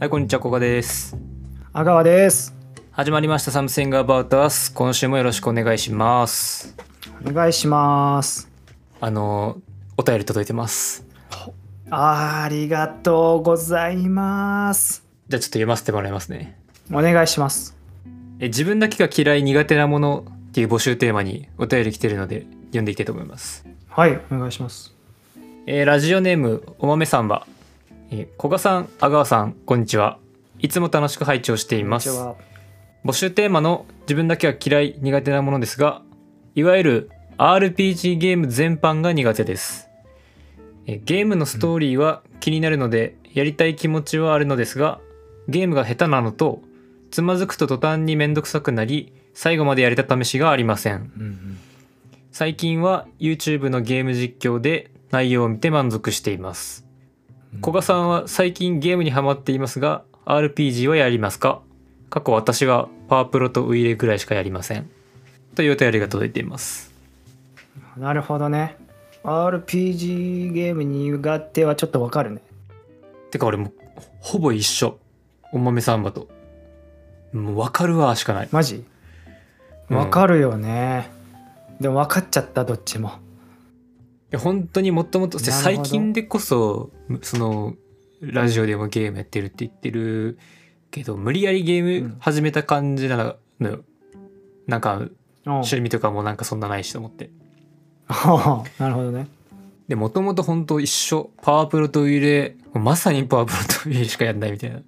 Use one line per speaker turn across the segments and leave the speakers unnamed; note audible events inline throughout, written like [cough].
はい、こんにちは、ここです。
阿川です
始まりました、サムセンガーバウトアス。今週もよろしくお願いします。
お願いします
あの、お便り届いてます。
ありがとうございます
じゃあちょっと読ませてもらいますね。
お願いします
え自分だけが嫌い苦手なものっていう募集テーマにお便り来てるので読んでいきたいと思います。
はいお願いします
えーラジオネームおまめさんは、えー、古賀さん阿川さんこんにちはいつも楽しく拝聴しています
こんに
募集テーマの自分だけは嫌い苦手なものですがいわゆる RPG ゲーム全般が苦手ですえーゲームのストーリーは気になるので、やりたい気持ちはあるのですがゲームが下手なのとつまずくと途端に面倒くさくなり最後までやれた試しがありません
ちは、うん
最近は YouTube のゲーム実況で内容を見て満足しています
うん、
古賀さんは最近ゲームにハマっていますが RPG はやりますか過去私はパワープロとウイイレぐらいしかやりませんというお便りが届いています
なるほどね RPG ゲーム苦手はちょっとわかるね
てか俺もうほぼ一緒お豆サンバともう分かるわしかない
マジ
うん
わかるよね、でも分かっちゃったどっちも
いや本当にもともと
なるほど
最近でこそむそのラジオでもゲームやってるって言ってるけど無理やりゲー
う
ム
ん
始めた感じなのよ、なんか
おう
趣味とかもなんかそんなないしと思って
[laughs] なるほどね
で、もともと本当一緒。パワープロとウイイレ、まさにパワープロとウイイレしかやんないみたいな。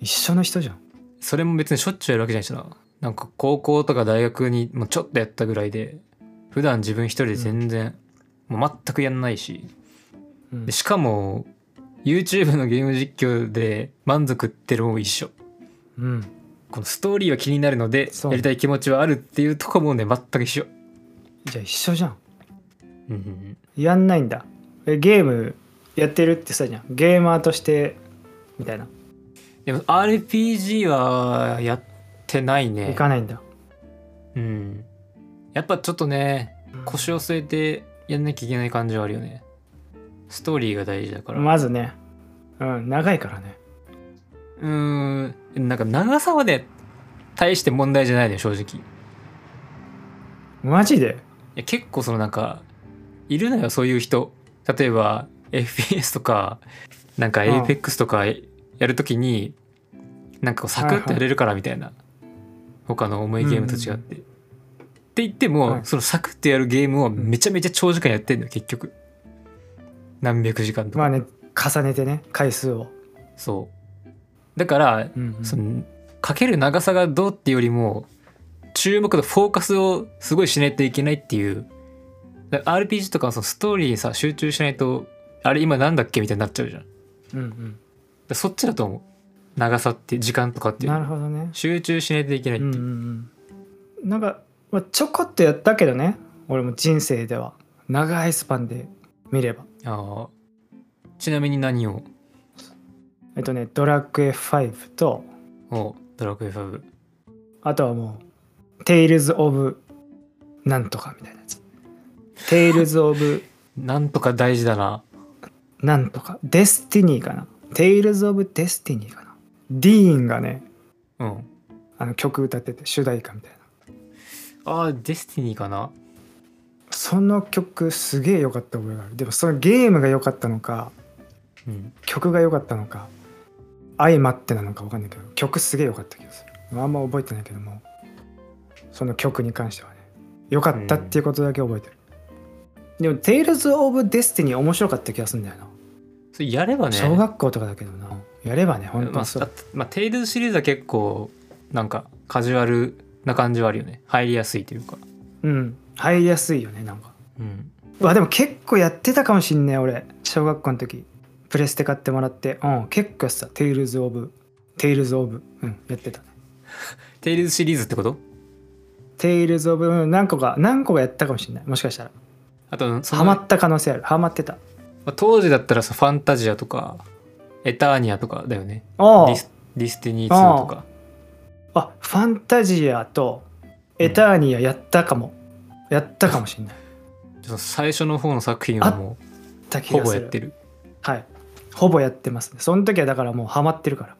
一緒の人じゃん
それも別にしょっちゅうやるわけじゃないしな。なんか高校とか大学にもうちょっとやったぐらいで、普段自分一人で全然、もう全くやんないし。
うん
でしかも、YouTube のゲーム実況で満足ってのも一緒。
うん
このストーリーは気になるので、
そう
やりたい気持ちはあるっていうとこもね、全く一緒。
じゃあ一緒じゃん
うんうんうん
やんないんだえゲームやってるってさじゃんゲーマーとしてみたいな
でも RPG はやってないね。
いかないんだ
うん。やっぱちょっとね、腰を据えてやんなきゃいけない感じはあるよね。ストーリーが大事だから。
まずねうん長いからね
うーん、なんか長さはね、大して問題じゃないね、正直。い
マジで
や結構そのなんか、いるのよ、そういう人。例えば、FPS とか、なんか
うん
APEX とかやるときに、なんかこうサクッとやれるからみたいな。他の重いゲームと違って。って言っても、
はい
そのサクッとやるゲームをめちゃめちゃ長時間やってんのよ結局何百時間とか、
まあね重ねてね回数を、
そうだから、
うんうん
そのかける長さがどうっていうよりも注目とフォーカスをすごいしないといけないっていうだ RPG とかはそのストーリーにさ集中しないとあれ今なんだっけみたいになっちゃうじゃん
うん
だそっちだと思う長さって時間とかっ
う
て
ん、
いう
な
の
るほどね
集中しないといけないっ
う
てい
ん
う、
うんうんなんか、まあ、ちょこっとやったけどね俺も人生では長いスパンで見れば
あーちなみに何を
えっとね「ドラクエ5」と
おドラクエ5
あとはもう「テイルズ・オブ・なんとか」みたいなやつ「テイルズ・オブ・
なんとか大事だな
なんとか」「デスティニー」かな「テイルズ・オブ・デスティニー」かなディーンがね
うん
あの曲歌ってて主題歌みたいな
ああデスティニーかな
その曲すげえ良かった覚えがあるでもそのゲームが良かったのか
うん
曲が良かったのか相まってなのか分かんないけど曲すげえ良かった気がするあんま覚えてないけどもその曲に関してはね良かったっていうことだけ覚えてる、でも「Tales of Destiny」面白かった気がするんだよな、
それやればね
小学校とかだけどなやればね本
ま
当
あ、
そう、
だってまあ、テイルズシリーズは結構なんかカジュアルな感じはあるよね入りやすいというか、
うん入りやすいよねなんか
うん、
うわでも結構やってたかもしんね俺小学校の時プレステ買ってもらってうん結構やってた「Tales of Tales of」うんやってたね
テイルズシリーズってこと
「Tales of」うん何個か何個かやったかもしんないもしかしたら
あとそ
ハ
の、
マ
ま
った可能性あるハマってた
あ当時だったらさファンタジアとかエターニアとかだよねデ
あ
ィスディスティニー2とか
ああファンタジアとエターニアやったかも、やったかもしんない
その最初の方の作品はも
た
う
気
ほ
が
ぼ
す
や
る
ってる
はいほぼやってますねその時はだからもうハマってるから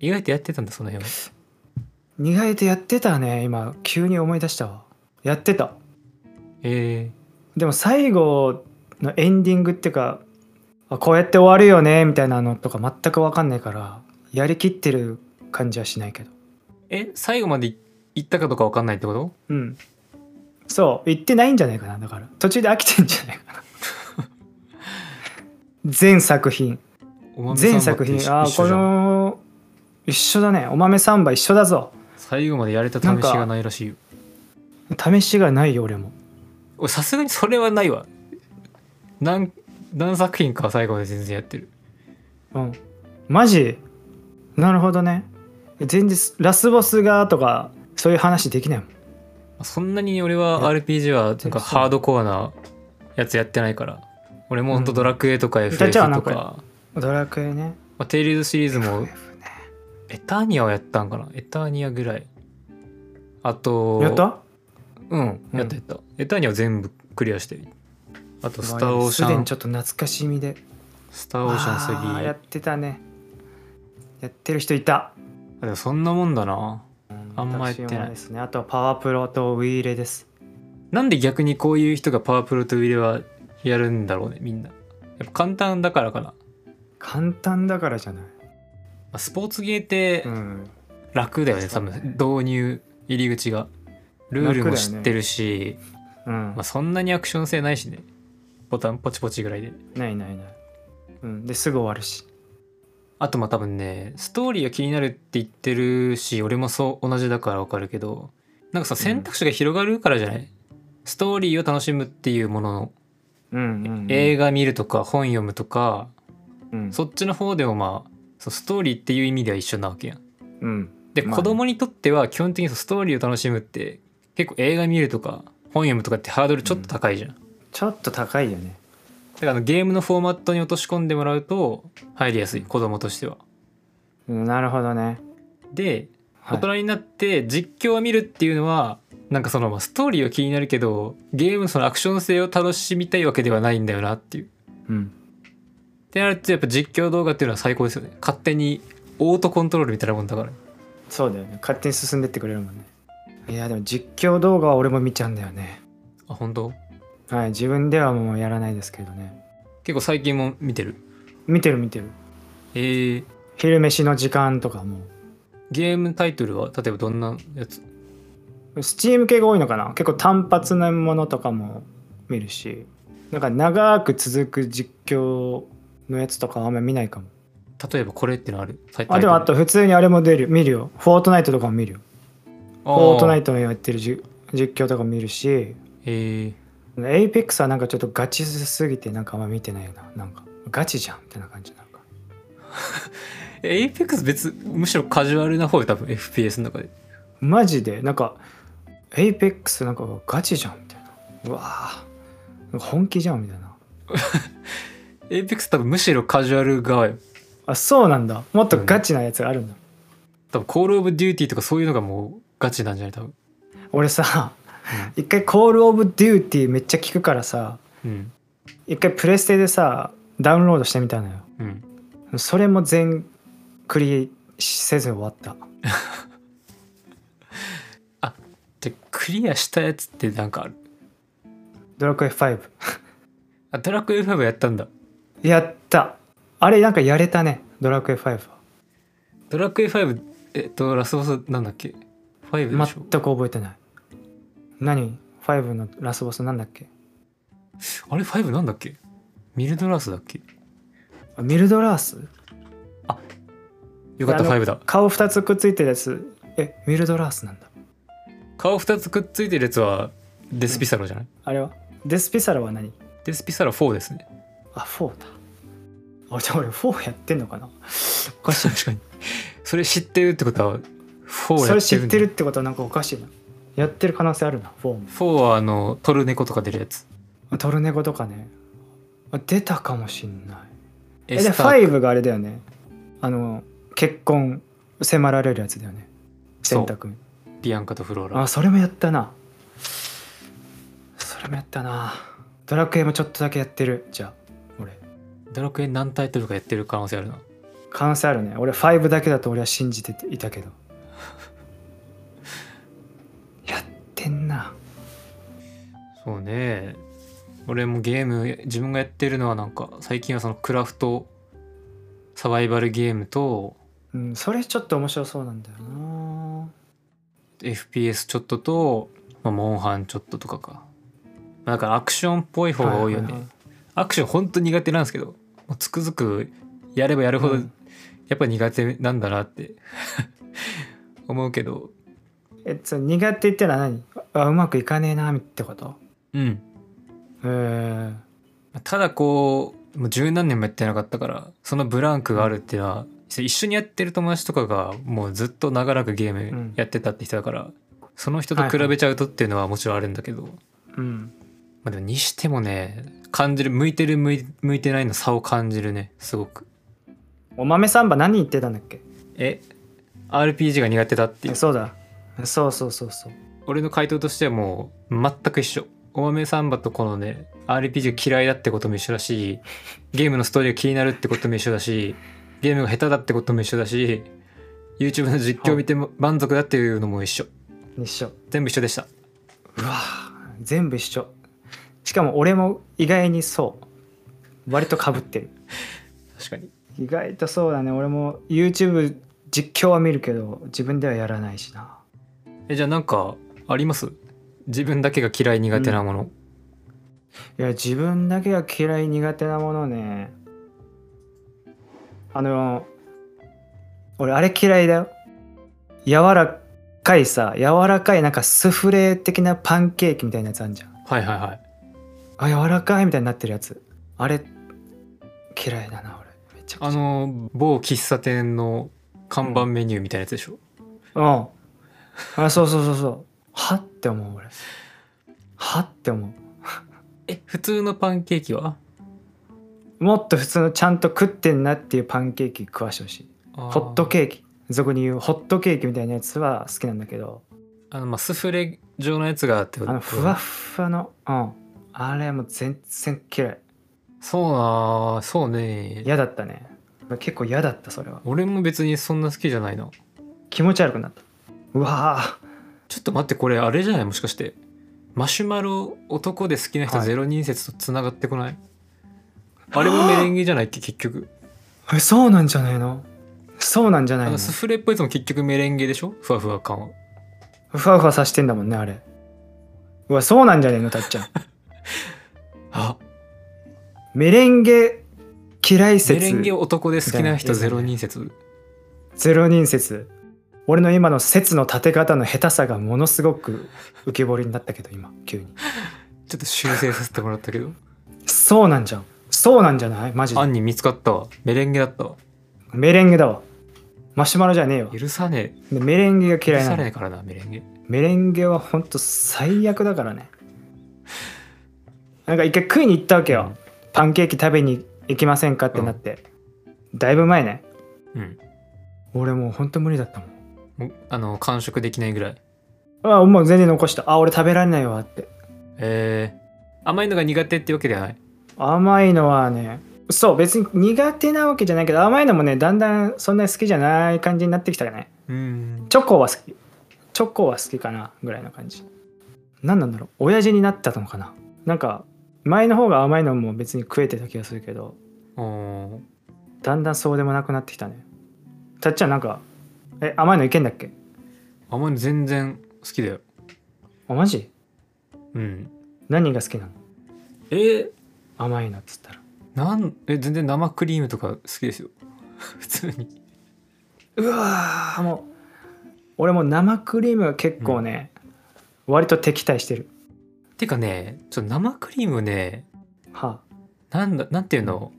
意外とやってたんだその辺は
意外とやってたね今急に思い出したわやってた
え
でも最後のエンディングっていうかあこうやって終わるよねみたいなのとか全く分かんないからやりきってる感じはしないけど
ー、え最後までい行ったかどうか分かんないってこと
うんそう言ってないんじゃないかなだから途中で飽きてんじゃないか
[laughs]
な全作品
お豆さんば
全
って
作品
一緒
あ
一
ー
緒
こ
じゃん
の一緒だねお豆サンバ一緒だぞ
最後までやれた試しがないらしいよ
試しがないよ俺も
おさすがにそれはないわ何何作品かは最後まで全然やってる
うんマジなるほどね全然ラスボスがとかそういう話できないもん
そんなに俺は
や
RPG はなんかハードコアなやつやってないから俺もほんとドラクエとか
歌っちゃ
FF
うな
と
これ
か、
ドラクエね
まあ、テイルズシリーズも
FF ね
エターニアをやったんかなエターニアぐらいあと
やった
うん
うん
やったやった、エターニアは全部クリアしてるあとスターオーシ
すで
ャン
にちょっと懐かしみで
スターオーシャン
あー
3
やってたねやってる人いた
あでもそんなもんだなあんまやってない
私はですねあとはパワープロとウィーレです
なんで逆にこういう人がパワープロとウィレはやるんだろうねみんなやっぱ簡単だからかな、ま
簡単だからじゃない
あスポーツゲーって
ん
楽だよね、多
そうだね
分導入入り口がルールも知ってるし、
うん
まあ、そんなにアクション性ないしねボタンポチポチぐらいで
ないないないうんですぐ終わるし
あとまあ多分ねストーリーが気になるって言ってるし俺もそう同じだからわかるけどなんかさ選択肢が広がるからじゃない、ストーリーを楽しむっていうものの、
うんうん、うん、
映画見るとか本読むとか
うん
そっちの方でもまあそうストーリーっていう意味では一緒なわけやん。
うん
で、
まあね
子供にとっては基本的にそうストーリーを楽しむって結構映画見るとか本読むとかってハードルちょっと高いじゃん。だ
ちょっと高いよね
からあのゲームのフォーマットに落とし込んでもらうと入りやすい子供としては。
うんなるほどね、
で大
はい
人になって実況を見るっていうのはなんかそのまあストーリーは気になるけどゲームのそのアクション性を楽しみたいわけではないんだよなっていう。
うん、
ってなるとやっぱ実況動画っていうのは最高ですよね。勝手にオートコントロールみたいなもんだから。
そうだよね勝手に進んでってくれるもんねいやでも実況動画は俺も見ちゃうんだよね
あ本当
はい自分ではもうやらないですけどね
結構最近も見てる。
見てる見てる
えー、
昼飯の時間とかも
ゲームタイトルは例えばどんなやつ
スチーム系が多いのかな結構単発のものとかも見るしなんか長く続く実況のやつとかはあんま見ないかも
例えばこれってのあるタイトル
あでもあと普通にあれも出る見るよフォートナイトとかも見るよ
フ
フォートナイ
ト
トのやってるじ実況とかも見るし
えー、
エイペックスはなんかちょっとガチすぎてなんかあんま見てないななんかガチじゃんみたいな感じなんか
エイペックス別むしろカジュアルな方よ多分 FPS の中で
マジでなんかエイペックスなんかガチじゃんみたいなうわあなんか本気じゃんみたいな
エイペックス多分むしろカジュアル側よ
あそうなんだもっとガチなやつがあるんだ、
多分コールオブデューティーとかそういうのがもうガチなんじゃない多分
俺さ一回「コール・オブ・デューティー」めっちゃ聞くからさ
うん
一回プレステでさダウンロードしてみたのよ
うん
それも全クリせず終わった
でクリアしたやつってなんかある
ドラクエ5
あドラクエ5やったんだ
やったあれなんかやれたねドラクエ5は
ドラクエ5えっとラスボスなんだっけ5でしょ、
全く覚えてない何5のラスボスなんだっけ
あれ5なんだっけミルドラースだっけ
あミルドラース
よかった
あの
5だ
顔2つくっついてるやつえミルドラースなんだ
顔2つくっついてるやつはデスピサロじゃない、
あれはデスピサロは何
デスピサロ4ですね
あ4だあじゃあ俺4やってんのかな
おかしい確かに [laughs] それ知ってるってことは4
そ
や
れ
って
知
る
っ
ん
て
だ
るってことはなんかおかしいなやってる可能性あるなフォー
4はあのトルネコとか出るやつ
ムトルネコとかねあ出たかもしんないえ
エ
で
スター
5があれだよねあの結婚迫られるやつだよね選択
ビアンカとフローラ
あそれもやったなそれもやったなドラクエもちょっとだけやってるじゃあ俺
ドラクエ何タイトルかやってる可能性あるな
可能性あるね俺5だけだと俺は信じていた
[laughs]
けどやってんな
そうね俺もゲーム自分がやってるのはなんか最近はそのクラフトサバイバルゲームと
うんそれちょっと面白そうなんだよな
FPS ちょっとと、まあ、モンハンちょっととかかまあだからアクションっぽい方が多いよね、
ははは
アクション本当苦手なんですけどもうつくづくやればやるほど
う
や
ん
っぱ苦手なんだなって [laughs] 思うけど
えその苦手ってのは何あうまくいかねえなってこと
うん
へえ
ただこうもう十何年もやってなかったからそのブランクがあるっていうのは一緒にやってる友達とかがもうずっと長らくゲームやってたって人だから、その人と比べちゃうとっていうのはもちろんあるんだけど、
うん
まあ、でもにしてもね感じる向いてる向い向いてないの差を感じるねすごく
お豆サンバ何言ってたんだっけ
え RPG が苦手だっていう
そうだそうそうそうそう
俺の回答としてはもう全く一緒お豆サンバとこのね RPG が嫌いだってことも一緒だしゲームのストーリーが気になるってことも一緒だしゲームが下手だってことも一緒だし YouTube の実況見ても満足だっていうのも一緒
一緒
全部一緒でした
うわ全部一緒しかも俺も意外にそう割とかぶってる
確かに
意外とそうだね俺も YouTube 実況は見るけど自分ではやらないしな
えじゃあなんかあります自分だけが嫌い苦手なもの、
いや自分だけが嫌い苦手なものねあの俺あれ嫌いだよ柔らかいさ柔らかいなんかスフレ的なパンケーキみたいなやつあんじゃん
はいはいはい
あ柔らかいみたいになってるやつあれ嫌いだな俺めちゃくちゃ
あの某喫茶店の看板メニューみたいなやつでしょ、
うんあそうそうそうそうはって思う俺はって思
え普通のパンケーキは
うもっと普通のちゃんと食ってんなっていうパンケーキ食わしてほしい
ホ
ホットケーキ俗に言うホットケーキみたいなやつは好きなんだけど
あのまあスフレ状のやつがってこと
あのふわっふわのうんあれもう全然嫌い
そうなあそうね
嫌だったね結構嫌だったそれは
俺も別にそんな好きじゃないな
気持ち悪くなったうわー
ちょっと待ってこれあれじゃないもしかしてマシュマロ男で好きな人
はい
ゼロ人説とつながってこない、あれもメレンゲじゃないっけ結局
えそうなんじゃないのそうなんじゃな
あ
いの
のスフレっぽいやつも結局メレンゲでしょふわふわ感は
ふわふわさしてんだもんねあれうわそうなんじゃねえのたっちゃん
あ
メレンゲ嫌い
メレン
説
ゲ男で好きな人
みた
ゼ
いな
ロ人説
ゼロ人説俺の今の説の立て方の下手さがものすごく浮き彫りになったけど今急に
ちょっと修正させてもらったけ
[laughs]
ど
そうなんじゃんそうなんじゃないマジで
案に見つかったわメレンゲだったわ
メレンゲだわマシュマロじゃねえわ
許さね
でメレンゲが
え許
嫌い
されな
なの
いからなメレンゲ
メレンゲはほんと最悪だからねなんか一回食いに行ったわけよパンケーキ食べに行きませんかってなって、だいぶ前ね
うん
俺もうほんと無理だったもん
もうあの完食できないぐらい
あもう全然残したあ俺食べられないわって
えー、甘いのが苦手ってわけではない
甘いのはねそう別に苦手なわけじゃないけど甘いのもねだんだんそんなに好きじゃない感じになってきたよね
うん
チョコは好きチョコは好きかなぐらいの感じ何なんだろう親父になったのかななんか前の方が甘いのも別に食えてた気がするけど
おー
だんだんそうでもなくなってきたねたっちゃんなんかえ甘いのいけんだっけ
甘いの全然好きだよ
あマジ
うん
何が好きなの
えー、
甘いのっつったら
なんえ全然生クリームとか好きですよ [laughs] 普通に
うわーもう俺もう生クリームが結構ね、割と敵対してる
てかねちょっと生クリームね
は
なんだなんていうの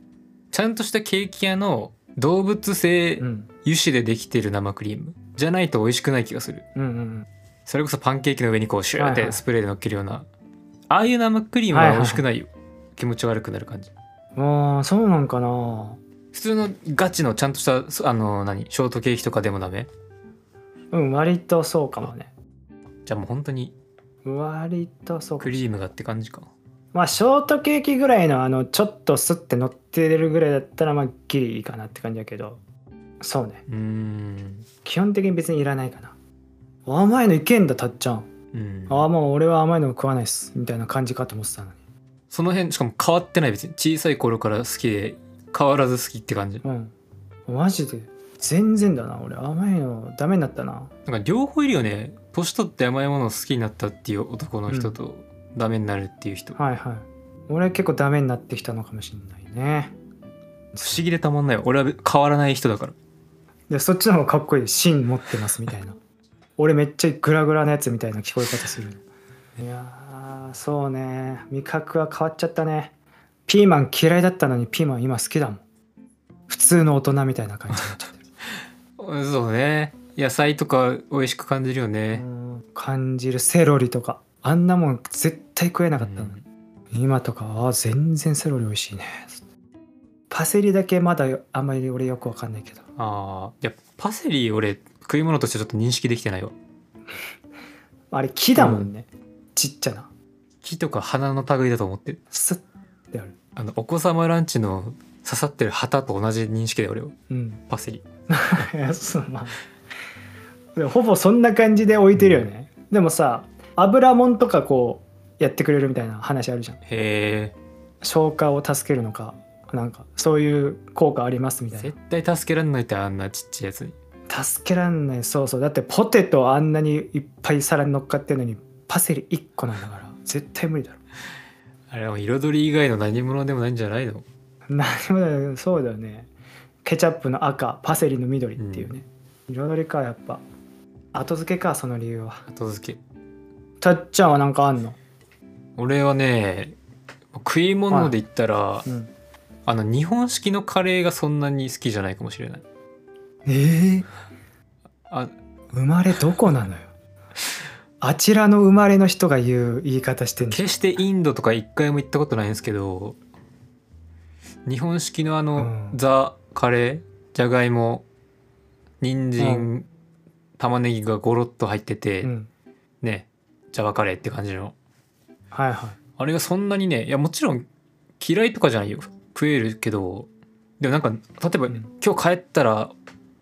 ちゃんとしたケーキ屋の動物性
あ、うん、
油脂でできてる生クリームじゃないと美味しくない気がする
うんうん
それこそパンケーキの上にこうシューっ
はいは
て
い
スプレーで乗っけるような、ああいう生クリームは美味しくないよ、気持ち悪くなる感じ
うんあーそうなんかな
普通のガチのちゃんとしたそあの何ショートケーキとかでもダメ
うん割とそうかもね
じゃあもう本当に
割とそうか
クリームがって感じか
まあショートケーキぐらいのあのちょっとスッて乗ってれるぐらいだったらまあギリいいかなって感じだけどそうね
うーん
基本的に別にいらないかな甘いのいけんだたっちゃん
うん
ああもう俺は甘いの食わないっすみたいな感じかと思ってたのに
その辺しかも変わってない別に小さい頃から好きで変わらず好きって感じ
うんマジで全然だな俺甘いのダメになったな
なんか両方いるよね年取って甘いものを好きになったっていう男の人と、ダメになるっていう人不
はいはい俺結構ダメになってきたのかもしんないね
思議でたまんないわ俺は変わらない人だから
でそっちの方がかっこいい芯持ってますみたいな俺めっちゃグラグラなやつみたいな聞こえ方するいやーそうね味覚は変わっちゃったねピーマン嫌いだったのにピーマン今好きだもん普通の大人みたいな感じになっちゃってる
うんそうね野菜とか美味しく感じるよ
う
ね、
ん感じるセロリとかあんなもん絶対食えなかったのに、今とかあー全然セロリ美味しいねパセリだけまだあんまり俺よくわかんないけど
ああいやパセリ俺食い物としてちょっと認識できてないわ
あれ木だもんね、ちっちゃな
木とか花の類だと思ってる
スッってある
あのお子様ランチの刺さってる旗と同じ認識だよ俺は
うん
パセリ
いやそうまあでもほぼそんな感じで置いてるよね、でもさ油もんとかこうやってくれるみたいな話あるじゃん
へえ
消化を助けるのかなんかそういう効果ありますみたい
絶対助けらんないってあんなちっちゃいやつに
な助けらんないそうそうだってポテトあんなにいっぱい皿に乗っかってるのにパセリ1個なんだから絶対無理だろ
あれはもう彩り以外の何物でもないんじゃないの
何もだよそうだよねケチャップの赤パセリの緑っていうね、彩りかやっぱ後付けかその理由は
後付け
たっちゃんはなんかあんの
俺はね食い物で言ったら、
うん
あの日本式のカレーがそんなに好きじゃないかもしれない
えー
あ
生まれどこなのよあちらの生まれの人が言う言い方してんの
決してインドとか一回も行ったことないんですけど日本式のあの、
うん
ザカレーじゃがいも人参、
う
玉ねぎがゴロッと入ってて、
うん
ねジャワカレーって感じの
はいは
あれがそんなにねいやもちろん嫌いとかじゃないよ食えるけどでもなんか例えば、
うん
今日帰ったら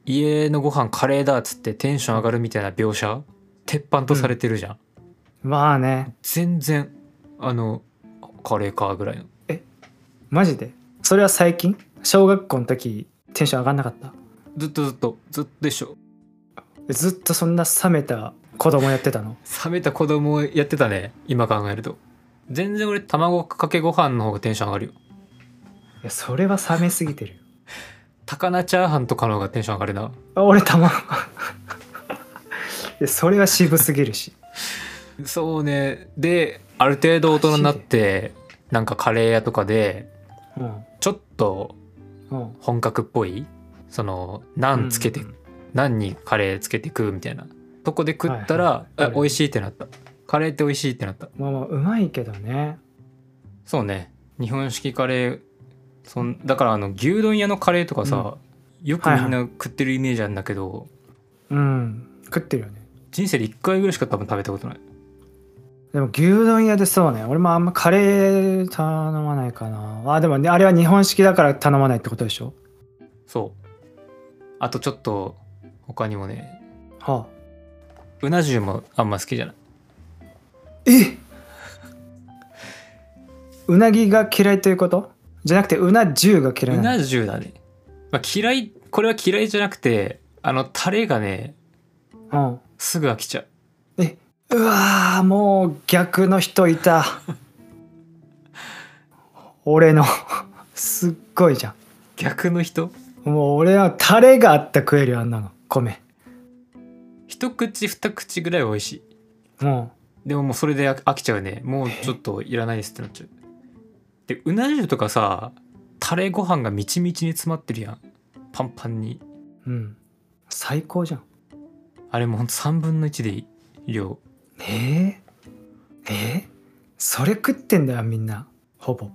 家のご飯カレーだっつってテンション上がるみたいな描写鉄板とされてるじゃん、
いまあね
全然あのカレーかぐらいの
マジでそれは最近小学校の時テンション上がんなかった
ずっとずっとずっとでしょ
ずっとそんな冷めた子供やってたの
冷めた子供をやってたね今考えると全然俺卵かけご飯の方がテンション上がるよ
いやそれは冷めすぎてるよ
高菜チャーハンとかの方がテンション上がるな
あ俺卵いやそれは渋すぎるし
そうねである程度大人になってなんかカレー屋とかで
うん
ちょっと
うん
本格っぽいそのナンつけて、
うん
ナンにカレーつけて食うみたいなとこで食ったら、
はいはい
あ美味しいってなったカレーって美味しいってなった
まあまあうまいけどね
そうね日本式カレーそんだからあの牛丼屋のカレーとかさ、よくみんな食ってるイメージあるんだけど、
うん食ってるよね
人生で1回ぐらいしか多分食べたことない
でも牛丼屋でそうね俺もあんまカレー頼まないかなあでもねあれは日本式だから頼まないってことでしょ
そうあとちょっと他にもね
は
うな重もあんま好きじゃない
あえうなぎが嫌いということじゃなくてうな重が嫌いうなの
な重だね、まあ、嫌いこれは嫌いじゃなくてあのタレがね
うん
すぐ飽きちゃう
うわーもう逆の人いた俺のすっごいじゃ
逆の人
んもう俺はタレがあったら食えるよあんなの米
一口二口ぐらいは美味しい
も
でももうそれで飽飽きちゃうねもうちょっといらないですってなっちゃうでうな重とかさタレご飯がみちみちに詰まってるやんパンパンに
ううん最高じゃん
あれもうほんと3分の1でいい量
えー、えー、それ食ってんだよみんなほぼ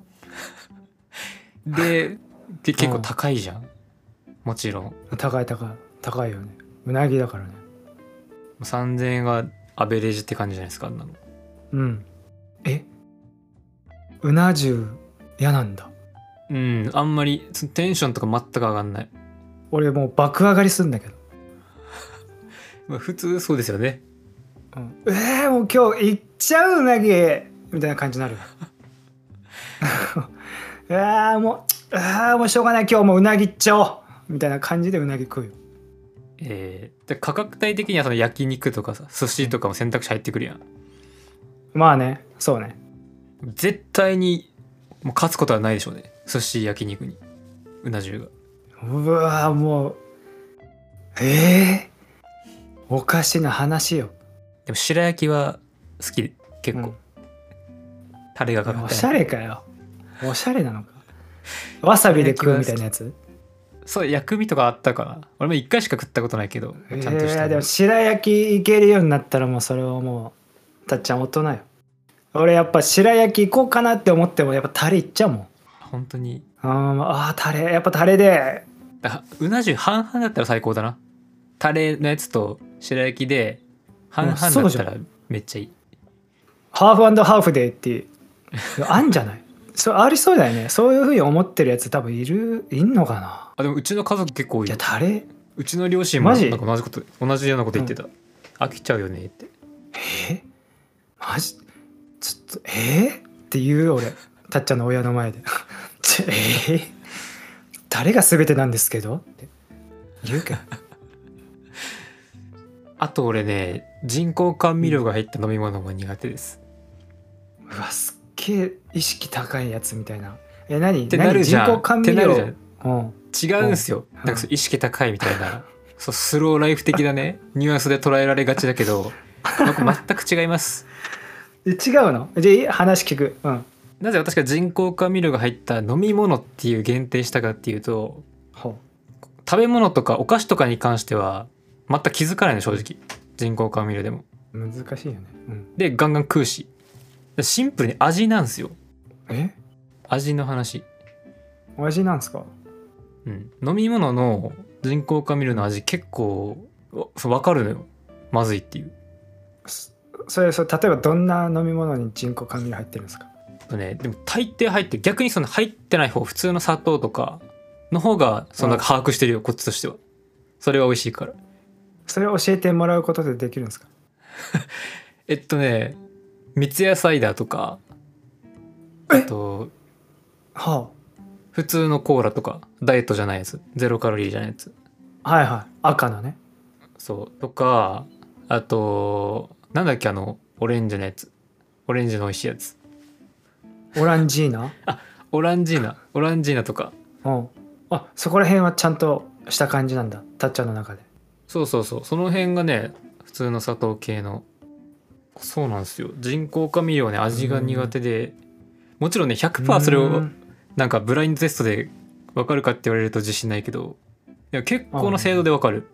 でけ結構高いじゃんもちろん
高い高い高いよねうなぎだからね
3000円がアベレージって感じじゃないですかあんなの
うんえうな重嫌なんだ
うんあんまりそテンションとか全く上がんない、
俺もう爆上がりするんだけど、
まあ、普通そうですよね
うん、えー、もう今日行っちゃううなぎみたいな感じになる [laughs] あーもうあーもうしょうがない今日もううなぎ行っちゃおうみたいな感じでうなぎ食うよ
えー、で価格帯的にはその焼肉とかさ寿司とかも選択肢入ってくるやん
まあねそうね
絶対にもう勝つことはないでしょうね寿司焼肉にうな重が
うわーもうええおかしな話よ
でも白焼きは好き結構、
うん
タレがかかっ
お
て
しゃれかよおしゃれなのかわさびで食うみたいなやつ
そう薬味とかあったかな俺も一回しか食ったことないけど
え
ちゃんとした
ー、
の
でも白焼きいけるようになったらもうそれはもうたっちゃん大人よ俺やっぱ白焼き行こうかなって思ってもやっぱタレいっちゃうもん
本当に
あーあータレやっぱタレで
あうな重半々だったら最高だなタレのやつと白焼きで半々
そ
だ
う
っ
じ
た
ゃん
らめっちゃいい
ハーフハーフでっていうあんじゃないそれありそうだよねそういうふうに思ってるやつ多分いるいんのかな
あでもうちの家族結構多い
い
よ
やタレ
うちの両親も
マ
な
ジ
んか同じこと同じようなこと言ってた、飽きちゃうよねって
えマジちょっとえーって言う俺たっちゃんの親の前で [laughs] 「ちょえー誰が全てなんですけど?」って言うけど
あと俺ね人工甘味料が入った飲み物も苦手です、
うわすっげえ意識高いやつみたいなえ何
ってなるじゃん
何人工甘味
ってなる
料
じゃん
うん
違うんすよ、
ん
なんかそう意識高いみたいな、そうスローライフ的なねニュアンスで捉えられがちだけど僕全く違います
え違うのじゃあいい話聞くうん
なぜ私が人工甘味料が入った飲み物っていう限定したかっていうと
ほ
食べ物とかお菓子とかに関しては全く気づかないの正直人工甘味料でも
う難しいよね、うん、
でガンガン食うしシンプルに味なんですよ
え
味の話
お味なんすか
うん飲み物の人工甘味料の味結構わそうわかるのよまずいっていう
そそれそれ例えばどんな飲み物に人工甘味料入ってるんですか
とねでも大抵入ってる逆にその入ってない方普通の砂糖とかの方がそのなんか把握してるよこっちとしてはそれは美味しいから
それを教えてもらうことでできるんですか
えっとね三ツ矢サイダーとかあと
は
普通のコーラとかダイエットじゃないやつゼロカロリーじゃないやつ
あはいはい赤のね
そうとかあとなんだっけあのオレンジのやつオレンジの美味しいやつ
オランジーナ
オランジーナオランジーナとか
うんあそこら辺はちゃんとした感じなんだたっちゃんの中で
そうそうそうその辺がね普通の砂糖系のそうなんですよ人工甘味料ね味が苦手でもちろんね100%それ
う
を
ん
なんかブラインドテストで分かるかって言われると自信ないけどいや結構な精度で分かる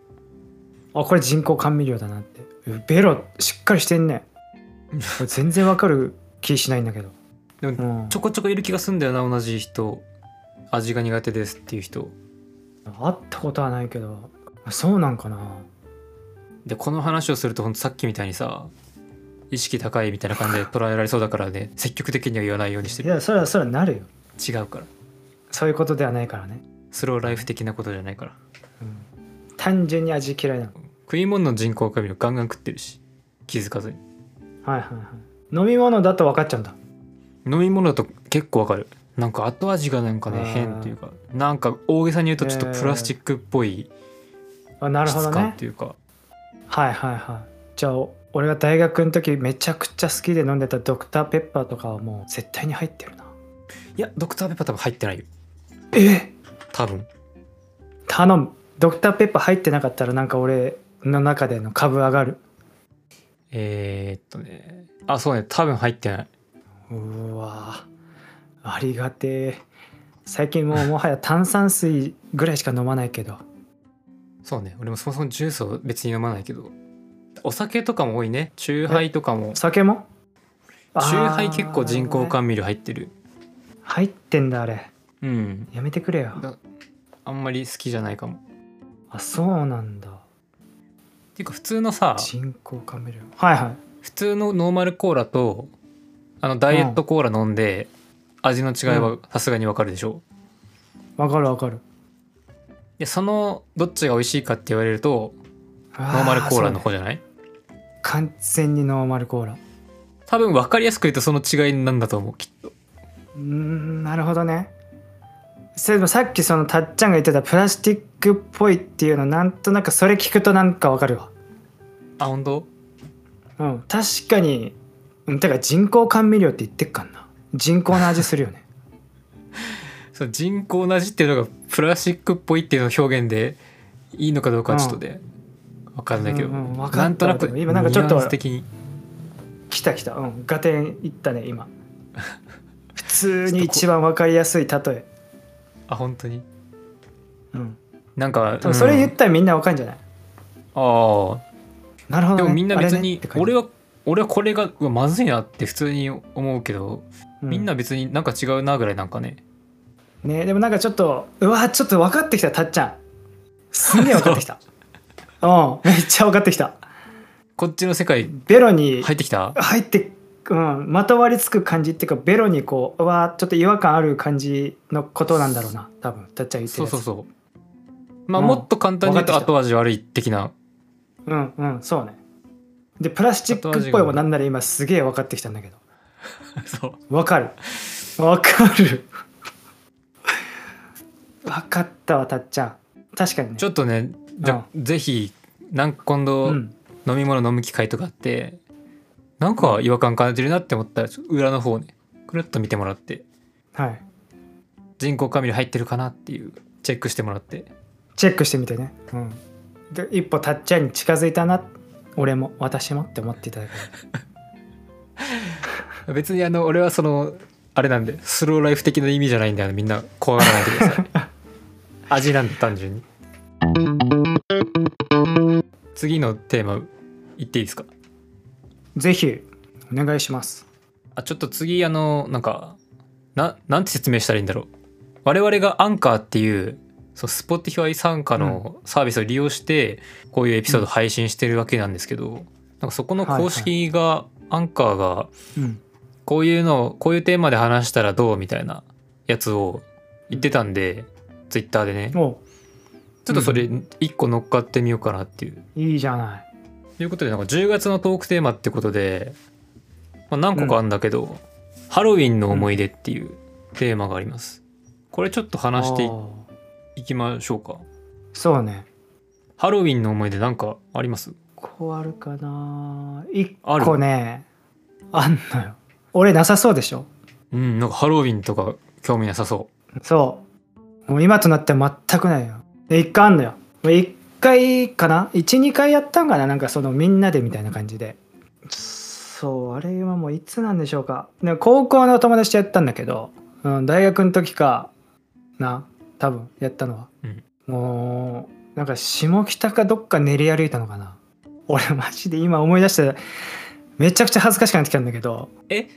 あこれ人工甘味料だなってえベロしっかりしてんねこれ全然わかる気しないんだけど
で
も、
ちょこちょこいる気がすんだよな同じ人味が苦手ですっていう人
うん、会ったことはないけどあそうなんかな
でこの話をするとほんとさっきみたいにさ意識高いみたいな感じで捉えられそうだからね積極的には言わないようにして
い
る
やそれはそれはなるよ
違うから
そういうことではないからね、
スローライフ的なことじゃないから
うん、単純に味嫌いなの
食い物の人工甘味料ガンガン食ってるし気づかずに
はいはいはい飲み物だと分かっちゃうんだ
飲み物だと結構わかるなんか後味がなんかね
あー
変っていうかなんか大げさに言うとちょっとプラスチックっぽい
あなるほ
質
ど
感
ね
っていうか、
はいはいはいじゃあお俺が大学の時めちゃくちゃ好きで飲んでたドクターペッパーとかはもう絶対に入ってるない
やドクターペッパー多分入ってないよ
え
多分
頼むドクターペッパー入ってなかったらなんか俺の中での株上がる
えー、っとねあそうね多分入ってないう
わーありがてえ最近もうもはや炭酸水ぐらいしか飲まないけど
そうね俺もそもそもジュースを別に飲まないけどお酒とかも多いねチューハイとかも
お
[laughs]
酒も
チューハイ結構人工
感
甘味料入ってる
入ってんだあれ
うん
やめてくれよ
だあんまり好きじゃないかも
あそうなんだ
っていうか普通のさ
人工甘味料はいはい
普通のノーマルコーラとあのダイエットコーラ飲んで、味の違いはさすがにわかるでしょう、
わかるわかる
でそのどっちが美味しいかって言われると
ノ
ノーマルコーラの方じゃない、
完全にノーマルコーラう
多分分かりやすく言うとその違いなんだと思うきっと
ーんなるほどねそれでもさっきそのたっちゃんが言ってたプラスチックっぽいっていうのなんとなくそれ聞くとなんかわかるわ
あ本当
うん確かにうんてか人工甘味料って言ってっかんな人工の味するよね [laughs]
その人工の味っていうのがプラスチックっぽいっていうの表現でいいのかどうかはちょっとで、分かんないけど、
うんうんわかった
なんとなく
でも今なんかちょっと
ニュアンス的に
来た来たうんガテンいったね今普通に一番わかりやすい例え
あ本当に
うん
なんか
多分それ言
う
っ
ん
たらみんなわかんじゃない、
ああ
なるほ
で
ど、ね、
もみんな別
あれねっ
に
て感じ
俺は俺はこれがうわまずいなって普通に思うけど、
う
みんな別になんか違うなぐらいなんかね
ねでもなんかちょっとうわちょっと分かってきたたっちゃんすんげえ分かってき
[laughs]
たうんめっちゃ分かってきた
こっちの世界
ベロに
入ってきた
入って、うん、まとわりつく感じっていうかベロにこううわちょっと違和感ある感じのことなんだろうな多分たっちゃん言ってる
そう
やつ
そうそうまあ、
うん
もっと簡単に言うと
わかってきた
後味悪い的な
うんうんそうねでプラスチックっぽいもなんなら今すげえ分かってきたんだけど
[laughs] そう
分かる分かる分かったわたっちゃん確かにね
ちょっとねじゃ、ぜひなんか今度、
うん
飲み物飲む機会とかあってなんか違和感感じるなって思ったらちょっと裏の方をねくるっと見てもらって
はい
人工甘味料入ってるかなっていうチェックしてもらって
チェックしてみてね、うん、で一歩たっちゃんに近づいたな俺も私もって思っていただけれ
[laughs] 別にあの俺はそのあれなんでスローライフ的な意味じゃないんであのみんな怖がらないでくださ [laughs] い味なんで単純に次のテーマ言っていいですか
ばぜひお願いします
あちょっと次あのなんかななんて説明したらいいんだろう我々がアンカーっていうそう Spotify 参加のサービスを利用してこういうエピソード配信してるわけなんですけど、なんかそこの公式が、アンカーが
うん
こういうのをこういうテーマで話したらどうみたいなやつを言ってたんで、Twitter でねちょ
お
っとそれ一個乗っかってみようかなっていう。
いいじゃない
ということでなんか10月のトークテーマってことで、まあ、何個かあるんだけど、ハロウィンの思い出っていうテーマがあります。これちょっと話してい
あー
いきましょうか。
そうね
ハロウィンの思い出なんかあります
こうあるかな一
ある
個ねあんのよ俺なさそうでしょ
うん、なんかハロウィンとか興味なさそ
そうもう今となっては全くないよで一回あんのよもう一回かな12回やったんかななんかそのみんなでみたいな感じでそうあれはもういつなんでしょうかで高校の友達とやったんだけど、うん、大学の時かな多分やったのは、
うん
もうなんか下北かどっか練り歩いたのかな俺マジで今思い出してめちゃくちゃ恥ずかしくなってきたんだけど
う。え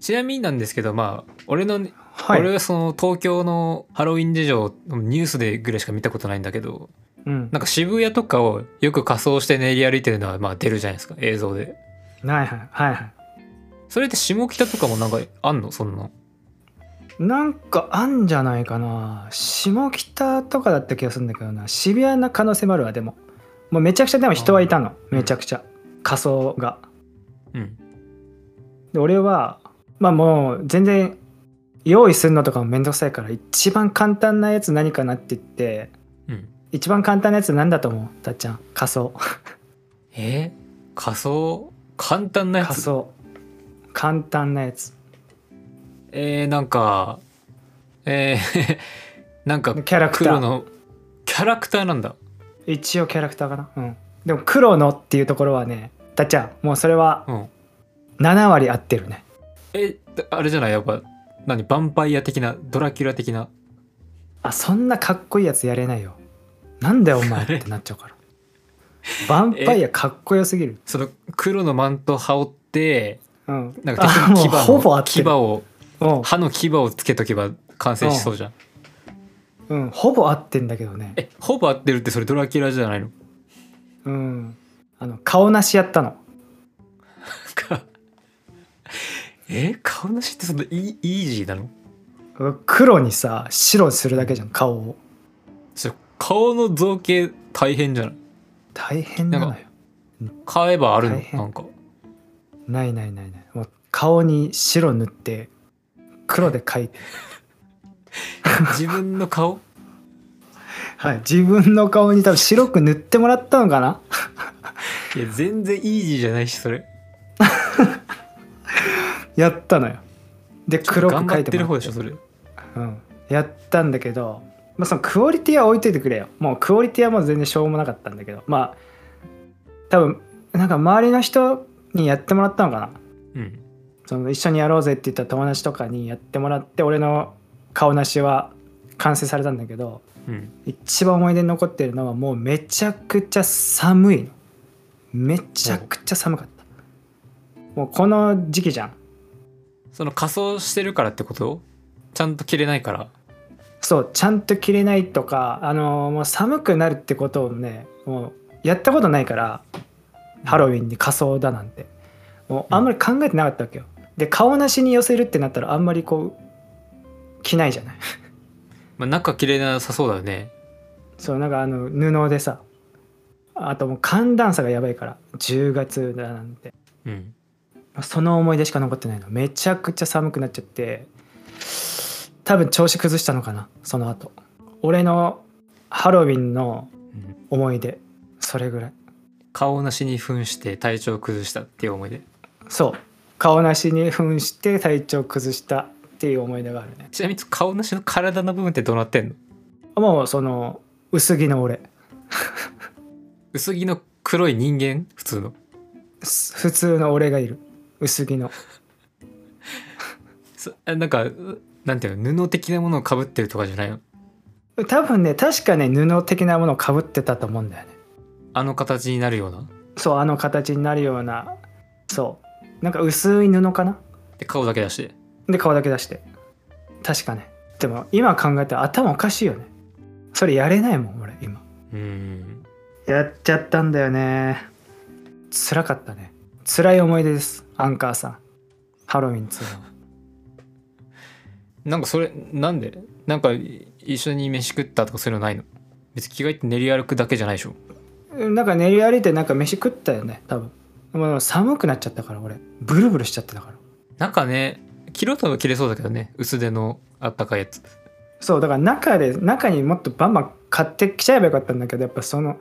ちなみになんですけど、まあ、俺の、
はい
俺はその東京のハロウィン事情のニュースでぐらいしか見たことないんだけど、
うん、
なんか渋谷とかをよく仮装して練り歩いてるのはまあ出るじゃないですか、映像で。
ないはいはいはい
それって下北とかもなんかあんのそんな。
なんかあんじゃないかな下北とかだった気がするんだけどな渋谷な可能性もあるわでももうめちゃくちゃでも人はいたのめちゃくちゃ仮装が
うん。
で俺はまあもう全然用意するのとかもめんどくさいから一番簡単なやつ何かなって言って
うん。
一番簡単なやつなんだと思うたっちゃん仮装
えー、仮装簡単なや
仮
つ
装簡単なやつ
えー、なんかえー、 [laughs] なんか
キャラクタ
黒
ー
のキャラクターなんだ
一応キャラクターかなうんでも黒のっていうところはねたっちゃんもうそれは
うん
7割合ってるね
えだあれじゃないやっぱ何ヴァンパイア的なドラキュラ的な
あそんなかっこいいやつやれないよなんだよお前ってなっちゃ
[laughs]
うからヴァンパイアかっこよすぎる
その黒のマント羽織って
うん
なんか敵に牙
あもうほぼ合
を
って
牙
る
を
うん
歯の牙をつけとけば完成しそうじゃん
うんほぼ合ってんだけどね
えほぼ合ってるってそれドラキュラじゃないの [laughs]
うんあの顔なしやったの
え顔なしってそんなイイージーなの
黒にさ白するだけじゃん顔を
それ顔の造形大変じゃない
大変なのよ
買えばあるの
大変
なんか
ないないないないもう顔に白塗って黒で描いて
自分の顔
はい自分の顔に多分白く塗ってもらったのかない
や全然イージーじゃないしそれ
やったのよで黒く
頑張
描
っ
い
て
て
る
も
方
らっ
で
て
しょそれ
うん、やったんだけど、まあ、そのクオリティは置いといてくれよもうクオリティはもう全然しょうもなかったんだけどまあ多分なんか周りの人にやってもらったのかな
うん
その一緒にやろうぜって言った友達とかにやってもらって俺の顔なしは完成されたんだけど
うん
一番思い出に残ってるのはもうめちゃくちゃ寒いのめちゃくちゃ寒かったもうこの時期じゃん
その仮装してるからってことちゃんと着れないから
そうちゃんと着れないとか、あのーもう寒くなるってことをねもうやったことないからハロウィンに仮装だなんてもうあんまり考えてなかったわけよで顔なしに寄せるってなったらあんまりこう着ないじゃない [laughs]
まあ、中着れなさそうだよね
そうなんかあの布でさあともう寒暖差がやばいから10月だなんて
うん
まあその思い出しか残ってないのめちゃくちゃ寒くなっちゃって多分調子崩したのかなその後俺のハロウィンの
うん
思い出それぐらい
顔なしに扮して体調崩したっていう思い出
そう顔なしに扮して体調崩したっていう思い出があるね
ちなみに顔なしの体の部分ってどうなってんの
もうその薄着の俺
薄着の黒い人間普通の
す普通の俺がいる薄着の
そあなんかうなんていうの布的なものをかぶってるとかじゃないの
多分ね確かね布的なものをかぶってたと思うんだよね
あの形になるような
そうあの形になるようなそうなんか薄い布かな
で顔だけ出して
で顔だけ出して確かねでも今考えたら頭おかしいよねそれやれないもん俺今
うん
やっちゃったんだよね辛かったね辛い思い出ですアンカーさんハロウィン2は
なんかそれなんでなんかい一緒に飯食ったとかそういうのないの別に着替えて練り歩くだけじゃないでしょ
うんなんか練り歩いてなんか飯食ったよね多分でも寒くなっちゃったから俺ブルブルしちゃってたから
なんかね着ろうとは着れそうだけどね薄手のあったかいやつ
そうだから中で中にもっとバンバン買ってきちゃえばよかったんだけどやっぱそのい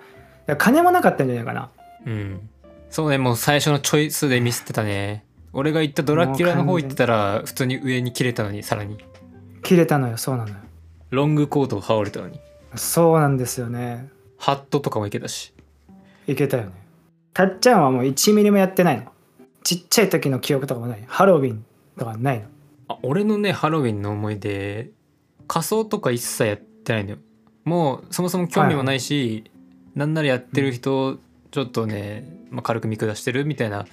や金もなかったんじゃないかな
うんそうねもう最初のチョイスでミスってたね俺が行ったドラキュラの方行ってたら普通に上に切れたのにさらに
切れたのよそうなのよ
ロングコートを羽織れたのに
そうなんですよね
ハットとかもいけたし
いけたよねたっちゃんはもう1ミリもやってないのちっちゃい時の記憶とかもないハロウィンとかないの
あ俺のねハロウィンの思い出仮装とか一切やってないんだよもうそもそも興味もないし、なんならやってる人ちょっとね、まあ、軽く見下してるみたいな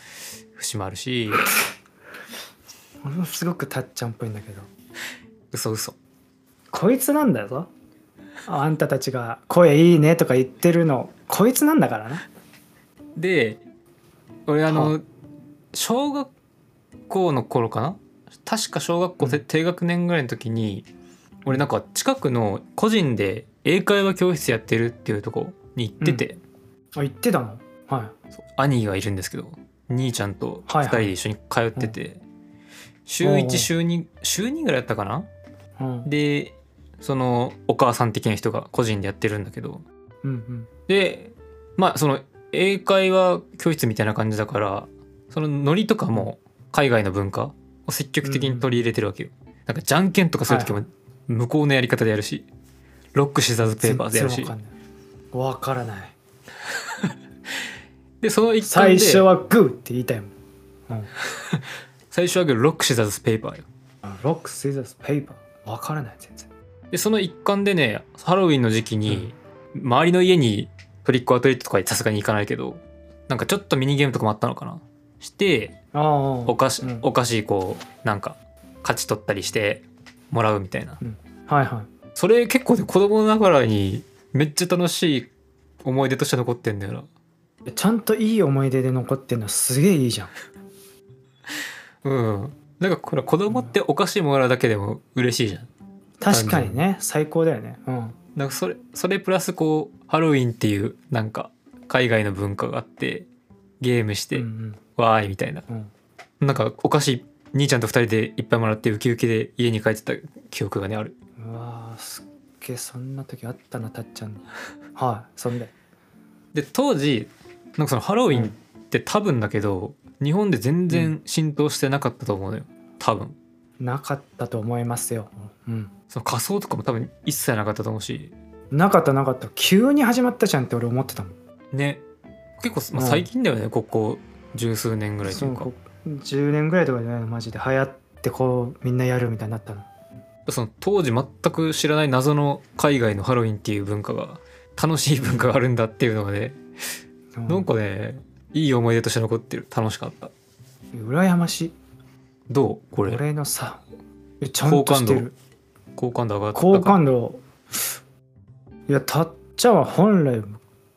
節もある [laughs] し
俺もすごくたっちゃんっぽいんだけど
嘘嘘
こいつなんだぞあんたたちが「声いいね」とか言ってるのこいつなんだからな
で俺あ
は
の小学校の頃かな確か小学校、
うん
て低学年ぐらいの時に俺なんか近くの個人で英会話教室やってるっていうとこに行ってて、
あ言ってたのは
そう兄がいるんですけど兄ちゃんと2
はい
人
はい
で一緒に通ってて、週
おうおう、
1週2週2ぐらいやったかない
うん、
でそのお母さん的な人が個人でやってるんだけど
うんうん
でまあその英会話教室みたいな感じだからそのノリとかも海外の文化を積極的に取り入れてるわけよ、なんかじゃんけんとかする時も向こうのやり方でやるし、ロックシザーズペーパーでやるし
全然わかんないわからない
でその一環で
最初はグーって言いたいもん、うん、
最初はグーロックシザーズペーパーよ
ロック・シザース・ペーパーわからない全然
でその一環でねハロウィンの時期に周りの家にトリックアトリートとかにさすがに行かないけどなんかちょっとミニゲームとかもあったのかなして
ああ
お菓子、
うん
お菓子こうなんか勝ち取ったりしてもらうみたいな
はいはい
それ結構ね子供ながらにめっちゃ楽しい思い出として残ってんだよ
ちゃんといい思い出で残ってるのすげえいいじゃん
なうんなんかこれ子供ってお菓子もらうだけでも嬉しいじゃん
確かにね最高だよねうん
なんかそれそれプラスこうハロウィンっていうなんか海外の文化があってゲームして、
うん
わーいみたいな
うんうん
なんかお菓子兄ちゃんと二人でいっぱいもらってウキウキで家に帰ってた記憶がねある
うわあすっげえそんな時あったなたっちゃんはいそんで
で当時なんかそのハロウィンって多分だけど、日本で全然浸透してなかったと思うのよ多分
なかったと思いますよ、うん、
その仮装とかも多分一切なかったと思うし
なかったなかった急に始まったじゃんって俺思ってたもん
ね結構、まあ
うん
最近だよね、ここ十数年ぐらいと
そ
いううか
こ10年ぐらいとかじゃないのマジで流行ってこうみんなやるみたいになったの
その当時全く知らない謎の海外のハロウィンっていう文化が楽しい文化があるんだっていうのがね、
う
なんかねいい思い出として残ってる楽しかった
羨ましい
どうこれ
俺のさえちゃんとしてる
好感度上がったか
好感度いやたっちゃんは本来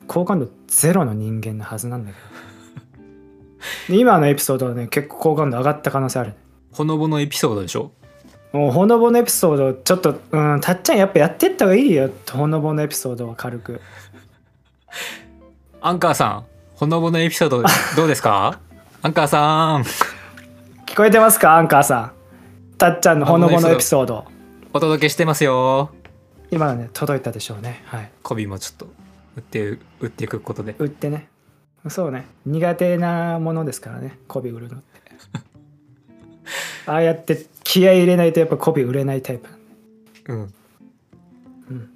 好感度ゼロの人間のはずなんだけ
[laughs]
どで今のエピソードはね結構好感度上がった可能性あるね
ほのぼのエピソードでしょ
もうほのぼのエピソードちょっとうんたっちゃんやっぱやってった方がいいよほのぼのエピソードは軽く
アンカーさんほのぼのエピソードどうです [laughs] かアンカーさん
聞こえてますかアンカーさんたっちゃんのほのぼのエピソード
お届けしてますよ
今のね届いたでしょうねはい
コビもちょっと打って打っていくことで
売ってねそうね苦手なものですからね媚び売るのって [laughs] ああやって気合い入れないとやっぱ媚び売れないタイプなんで
うん
うん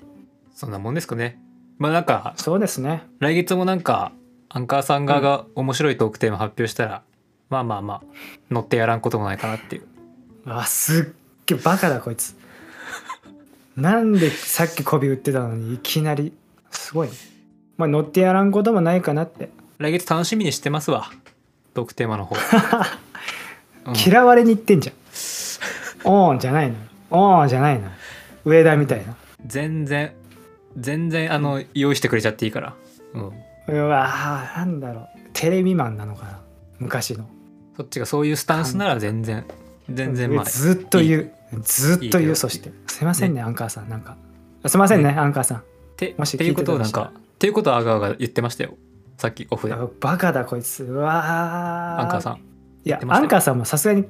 そんなもんですかねまあなんか
そうですね
来月もなんかアンカーさん側が面白いトークテーマ発表したら、まあまあまあ乗ってやらんこともないかなっていう
あすっげえバカだこいつなんでさっき媚び売ってたのにいきなりすごいねまあ乗ってやらんこともないかなって、
来月楽しみにしてますわトークテーマの [laughs] 方うん
嫌われに行ってんじゃんオーンじゃないのよオーンじゃないのよ上田みたいな
全然全然あの用意してくれちゃっていいから、うん、
うわーなんだろうテレビマンなのかな昔の
そっちがそういうスタンスなら全然全然まあ
ずっと言
いう
ずっと
いい
言
よ
うそしてすいませんねアンカーさんなんかすいませんねアンカーさん
て
もし
っていうことを
聞い
な
て
ん
たら
かっていうことをアガアガ言ってましたよさっきオフでアン
あバカだこいつうわ
カーさ
ん
ん
い
言っ
や
てまし
ア
たよ
ンカーさんもさすがに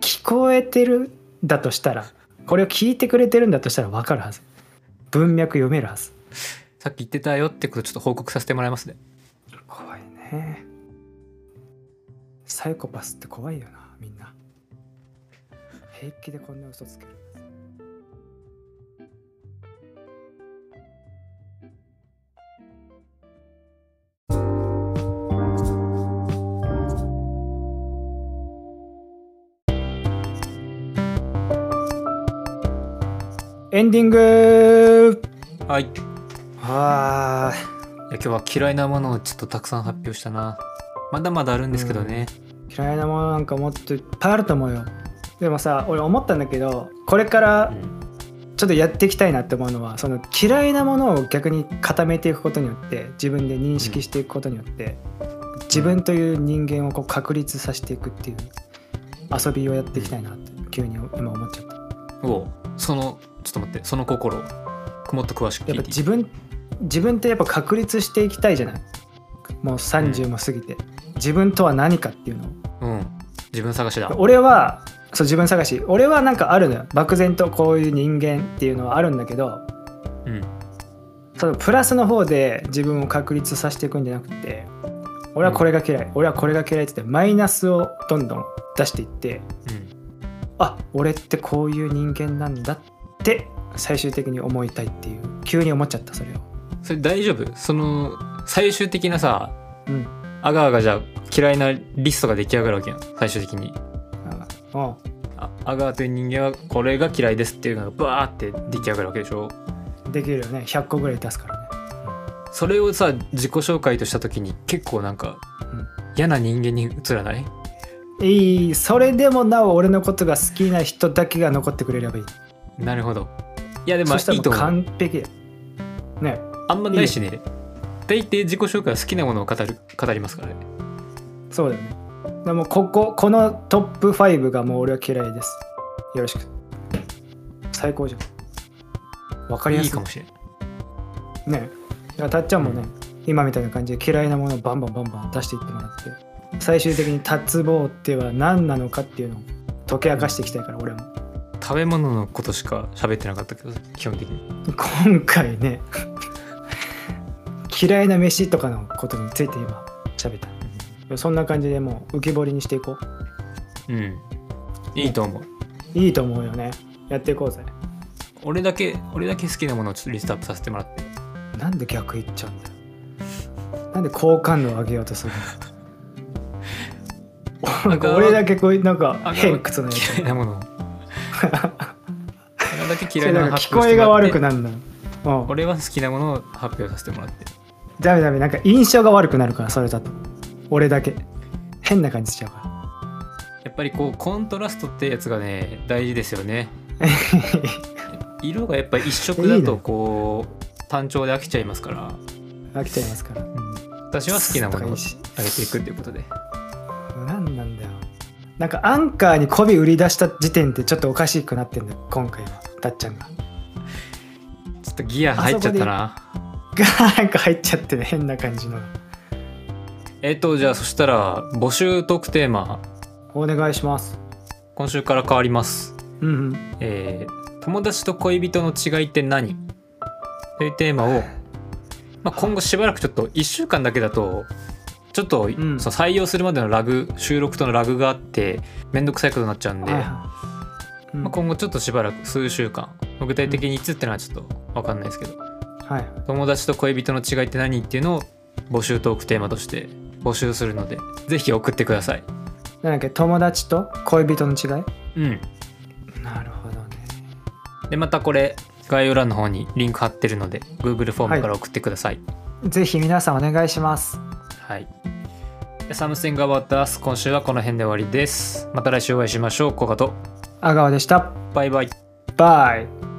聞こえてるだとしたらこれを聞いてくれてるんだとしたら分かるはず文脈読めるはず
さっき言ってたよってことちょっと報告させてもらいますね
怖いねサイコパスって怖いよなみんな平気でこんな嘘つけるエンディング
はいいや
はーい
今日は嫌いなものをちょっとたくさん発表したなまだまだあるんですけどね、
嫌いなものなんかもっといっぱいあると思うよでもさ俺思ったんだけどこれからちょっとやっていきたいなって思うのはその嫌いなものを逆に固めていくことによって自分で認識していくことによって、自分という人間をこう確立させていくっていう遊びをやっていきたいなって急に今思っちゃった
おうそのちょっと待ってその心もっと詳しく聞
やっ
い
ぱ
ていい
自分自分ってやっぱ確立していきたいじゃないもう30も過ぎて、自分とは何かっていうのを
うん自分探しだ
俺はそう自分探し俺はなんかあるのよ漠然とこういう人間っていうのはあるんだけど
うん
そのプラスの方で自分を確立させていくんじゃなくて俺はこれが嫌い、俺はこれが嫌いって言ってマイナスをどんどん出していって
うん
あ俺ってこういう人間なんだって最終的に思いたいっていう急に思っちゃったそれを
それ大丈夫その最終的なさ
うん
アガアガじゃ嫌いなリストが出来上がるわけやん最終的に
あうん
あアガーという人間はこれが嫌いですっていうのがバーって出来上がるわけでしょ
できるよね100個ぐらい出すからね
それをさ自己紹介とした時に結構なんか、
うん
嫌な人間に映らない
いいそれでもなお俺のことが好きな人だけが残ってくれればいい、
なるほどいやでも
そしたら
いい
も
と
う
思う
完璧だよね
あんまないしね大抵自己紹介は好きなものを語る語りますからね
そうだよね。でもこここのトップ5がもう俺は嫌いです。よろしく。最高じゃん。分かりや
い
すい
いかもしれない
ねだからたっちゃんもね、今みたいな感じで嫌いなものをバンバンバンバン出していってもらって最終的に脱帽っては何なのかっていうのを解き明かしていきたいから俺も
食べ物のことしか喋ってなかったけど基本的に
今回ね [laughs] 嫌いな飯とかのことについて今喋ったそんな感じでもう浮き彫りにしていこう
うんいいと思う
いいと思うよねやっていこうぜ
俺だけ俺だけ好きなものをちょっとリストアップさせてもらって
なんで逆言っちゃうんだよなんで好感度を上げようとする
[laughs]
のなん [laughs] か俺だけこういうなんか偏屈なやつ
嫌いな
[laughs]
ものを俺だけ
そ
嫌い
れ
なも
なん
の
か
を
聞こえが悪く
な
なるのようん
俺は好きなものを発表させてもらって
ダメダメなんか印象が悪くなるからそれだと俺だけ変な感じしちゃうから
やっぱりこうコントラストってやつがね大事ですよね色がやっぱ一色だとこう単調で飽きちゃいますから、
[laughs] 飽きちゃいますから
私は好きなものを
とかいいし
あげていくっていうことで
何なんだよなんかアンカーに媚び売り出した時点でちょっとおかしくなってんだよ今回はたっちゃんが [laughs]
ちょっとギア入っちゃったな
なんか入っちゃってね変な感じの
えっとじゃあそしたら募集トークテーマ
お願いします
今週から変わります
うんうん
えー友達と恋人の違いって何というテーマを、まあ、今後しばらくちょっと1週間だけだとちょっと、
ん
その採用するまでのラグ収録とのラグがあって面倒くさいことになっちゃうんで、
はいはいうん
まあ、今後ちょっとしばらく数週間まあ具体的にいつってのはちょっと分かんないですけど
はい
友達と恋人の違いって何っていうのを募集トークテーマとして募集するのでぜひ送ってください。
なんだっけ友達と恋人の違い
うん、
なるほどね
でまたこれ概要欄の方にリンク貼ってるので Google フォームから送ってください
ぜひ皆さんお願いします
はい。サムスンが終わったアス、今週はこの辺で終わりです。また来週お会いしましょう。コカと。
阿川でした
バイバイ。
バイ